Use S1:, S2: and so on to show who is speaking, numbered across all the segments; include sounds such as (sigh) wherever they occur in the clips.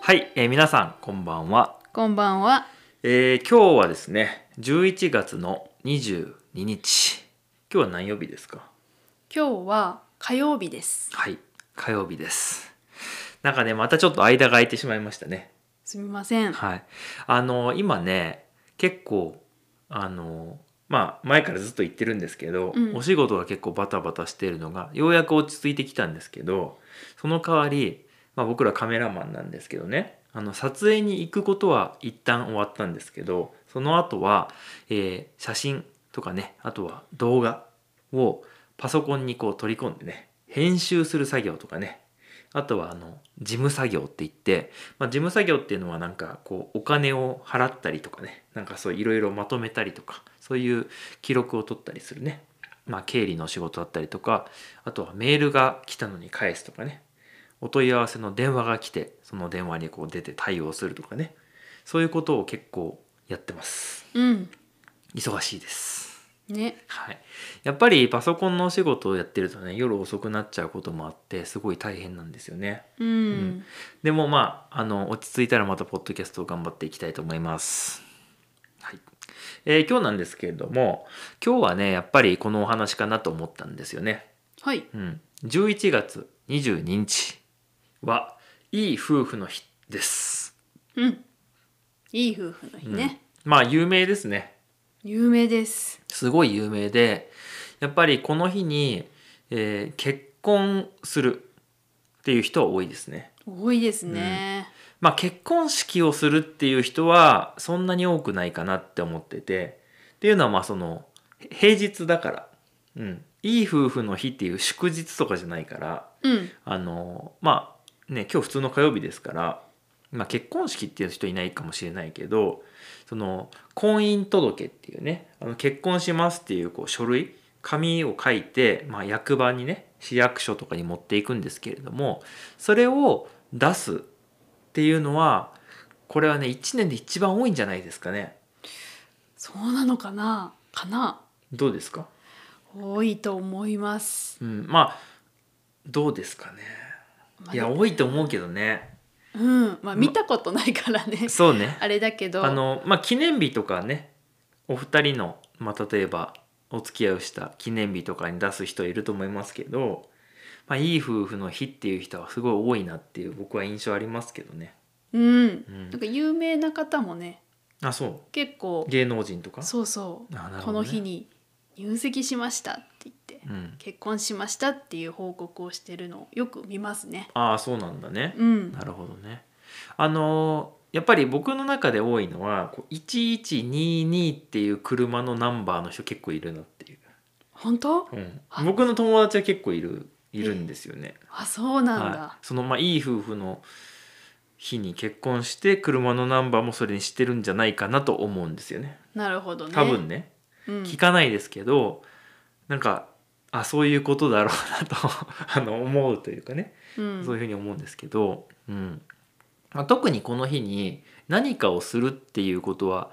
S1: はい、えー皆さんこんばんは、
S2: こんばんは。
S1: えー今日はですね11月の22日今日は何曜日ですか
S2: 今日は火曜日です。
S1: はい火曜日ですなんかねまたちょっと間が空いてしまいましたね
S2: すみません。
S1: はいあの今ね結構あのまあ前からずっと言ってるんですけど、
S2: うん
S1: お仕事が結構バタバタしてるのがようやく落ち着いてきたんですけどその代わり、まあ、僕らカメラマンなんですけどねあの撮影に行くことは一旦終わったんですけどその後は、えー写真とかねあとは動画をパソコンにこう取り込んでね編集する作業とかねあとはあの事務作業って言って、まあ、事務作業っていうのはなんかこうお金を払ったりとかねなんかそういろいろまとめたりとかそういう記録を取ったりするね、まあ、経理の仕事だったりとかあとはメールが来たのに返すとかねお問い合わせの電話が来てその電話にこう出て対応するとかねそういうことを結構やってます
S2: うん。
S1: 忙しいです
S2: ね。
S1: はい、やっぱりパソコンのお仕事をやってるとね夜遅くなっちゃうこともあってすごい大変なんですよね
S2: うん。
S1: んでもまああの落ち着いたらまたポッドキャストを頑張っていきたいと思います、はいえー今日なんですけれども今日はねやっぱりこのお話かなと思ったんですよね、
S2: はい。
S1: うん、11月22日はいい夫婦の日です、
S2: うん。いい夫婦の日
S1: うん
S2: ね。
S1: まあ有名ですね
S2: 有名です。
S1: すごい有名でやっぱりこの日に、えー結婚するっていう人は多いですね。
S2: 多いですね。
S1: まあ、結婚式をするっていう人はそんなに多くないかなって思っててっていうのはまあそのへ平日だから、うん、いい夫婦の日っていう祝日とかじゃないから
S2: うん。
S1: あのまあね今日普通の火曜日ですから、まあ、結婚式っていう人いないかもしれないけどその婚姻届っていうねあの結婚しますっていうこう書類紙を書いて、まあ、役場にね市役所とかに持っていくんですけれどもそれを出すっていうのはこれはね1年で一番多いんじゃないですかね。
S2: そうなのかな。かな。
S1: どうですか、
S2: 多いと思います。
S1: うん、まあどうですかね。いや
S2: まあ
S1: 多いと思うけどね。
S2: うん。まあ見たことないか
S1: (laughs)
S2: らね。
S1: そうね。
S2: あれだけど。
S1: あのまあ記念日とかねお二人の、まあ、例えばお付き合いをした記念日とかに出す人いると思いますけど、まあ、いい夫婦の日っていう人はすごい多いなっていう僕は印象ありますけどね
S2: うん。
S1: うん
S2: なんか有名な方もね。
S1: あそ
S2: 結構
S1: う。芸能人とか
S2: そうそう。
S1: あなる
S2: こ
S1: ほど
S2: の
S1: ね
S2: 日に入籍しましたって言って。
S1: うん、
S2: 結婚しましたっていう報告をしてるのをよく見ますね。
S1: ああそうなんだね、
S2: うん
S1: な、るほどねあのーやっぱり僕の中で多いのはこう1122っていう車のナンバーの人結構いるなっていう、
S2: 本当？
S1: うん
S2: あ
S1: 僕の友達は結構いるいるんですよね、
S2: あ、そうなん
S1: はい
S2: だ。、
S1: そのまあいい夫婦の日に結婚して車のナンバーもそれにしてるんじゃないかなと思うんですよね
S2: なるほどね。
S1: 多分ね
S2: うん、
S1: 聞かないですけど、なんかあそういうことだろうなと (laughs) あの思うというかね、
S2: うん、
S1: そういうふうに思うんですけど、うんまあ、特にこの日に何かをするっていうことは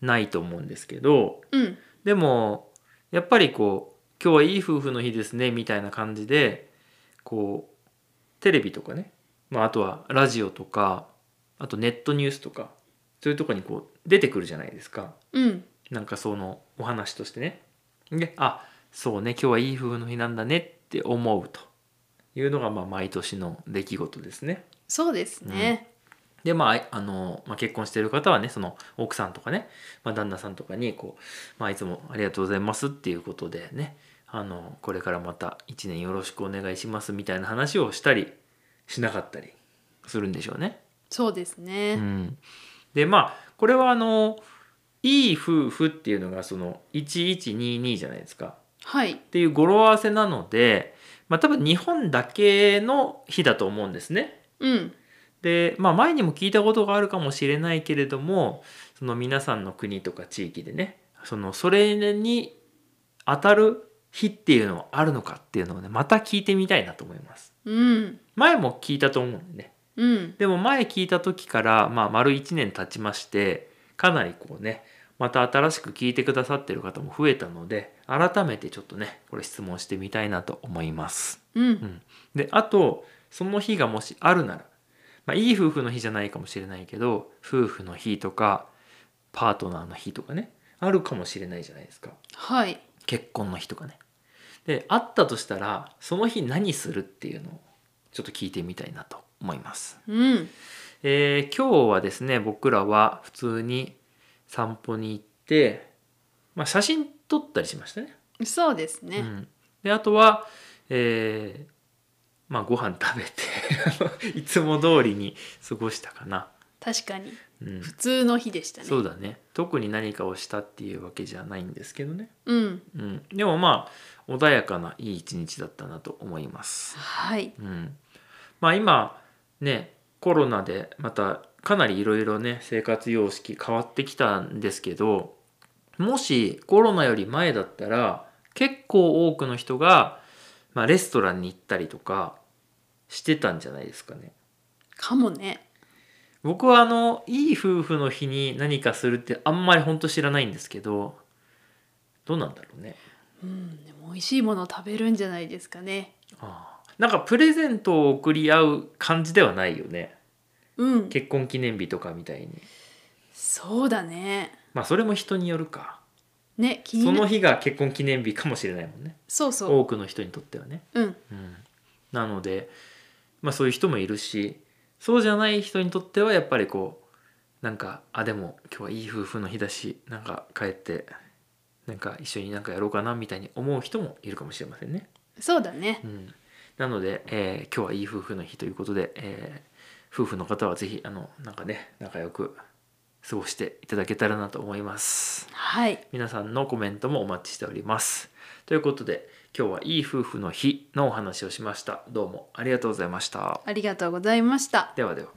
S1: ないと思うんですけど
S2: うん、
S1: でもやっぱりこう今日はいい夫婦の日ですねみたいな感じでこうテレビとかね、まあ、あとはラジオとかあとネットニュースとかそういうとこにこう出てくるじゃないですか
S2: うん、
S1: なんかそのお話としてね。であそうね今日はいい夫婦の日なんだねって思うというのがまあ毎年の出来事ですね。
S2: そうですね。
S1: でまああの、まあ、結婚してる方はねその奥さんとかね、まあ、旦那さんとかにこう、まあ、いつもありがとうございますっていうことでねあのこれからまた一年よろしくお願いしますみたいな話をしたりしなかったりするんでしょうね。
S2: そうですね。
S1: うん、でまあこれはあのいい夫婦っていうのがその1122じゃないですか。
S2: はい、
S1: っていう語呂合わせなので、まあ、多分日本だけの日だと思うんですね。
S2: うん、
S1: で、まあ、前にも聞いたことがあるかもしれないけれどもその皆さんの国とか地域でねそのそれに当たる日っていうのはあるのかっていうのをねまた聞いてみたいなと思います。
S2: うん、
S1: 前も聞いたと思うんでね
S2: うん、
S1: でも前聞いた時から、まあ、丸1年経ちましてかなりこうねまた新しく聞いてくださってる方も増えたので改めてちょっとねこれ質問してみたいなと思います。
S2: うん、
S1: であとその日がもしあるなら、まあ、いい夫婦の日じゃないかもしれないけど夫婦の日とかパートナーの日とかねあるかもしれないじゃないですか
S2: はい
S1: 結婚の日とかねであったとしたらその日何するっていうのをちょっと聞いてみたいなと思います、
S2: うん
S1: えー今日はですね僕らは普通に散歩に行って、まあ、写真撮ったりしましたね
S2: そうですね、
S1: うん、であとは、えーまあご飯食べて (laughs) あのいつも通りに過ごしたかな、
S2: 確かに
S1: うん、
S2: 普通の日でしたね
S1: そうだね特に何かをしたっていうわけじゃないんですけどね、
S2: うん
S1: うん、でもまあ穏やかないい一日だったなと思います、
S2: はい
S1: うん、まあ今ねコロナでまたかなりいろいろね生活様式変わってきたんですけどもしコロナより前だったら結構多くの人が、まあ、レストランに行ったりとかしてたんじゃないですかね。
S2: かもね
S1: 僕はあのいい夫婦の日に何かするってあんまり本当知らないんですけどどうなんだろうね。
S2: うんでも美味しいものを食べるんじゃないですかね
S1: ああなんかプレゼントを贈り合う感じではないよね
S2: うん
S1: 結婚記念日とかみたいに。
S2: そうだね
S1: まあそれも人によるか
S2: ね気
S1: そ
S2: に
S1: の
S2: な
S1: 日が結婚記念日かもしれないもんね
S2: そうそう
S1: 多くの人にとってはね、
S2: うん
S1: うん、なのでまあそういう人もいるしそうじゃない人にとってはやっぱりこうなんかあでも今日はいい夫婦の日だしなんか帰ってなんか一緒になんかやろうかなみたいに思う人もいるかもしれませんね、
S2: そうだね
S1: うん、なので、えー今日はいい夫婦の日ということで、えー夫婦の方はぜひあのなんかね仲良く過ごしていただけたらなと思います
S2: はい
S1: 皆さんのコメントもお待ちしております。ということで今日はいい夫婦の日のお話をしました。どうもありがとうございました。
S2: ありがとうございました
S1: ではでは。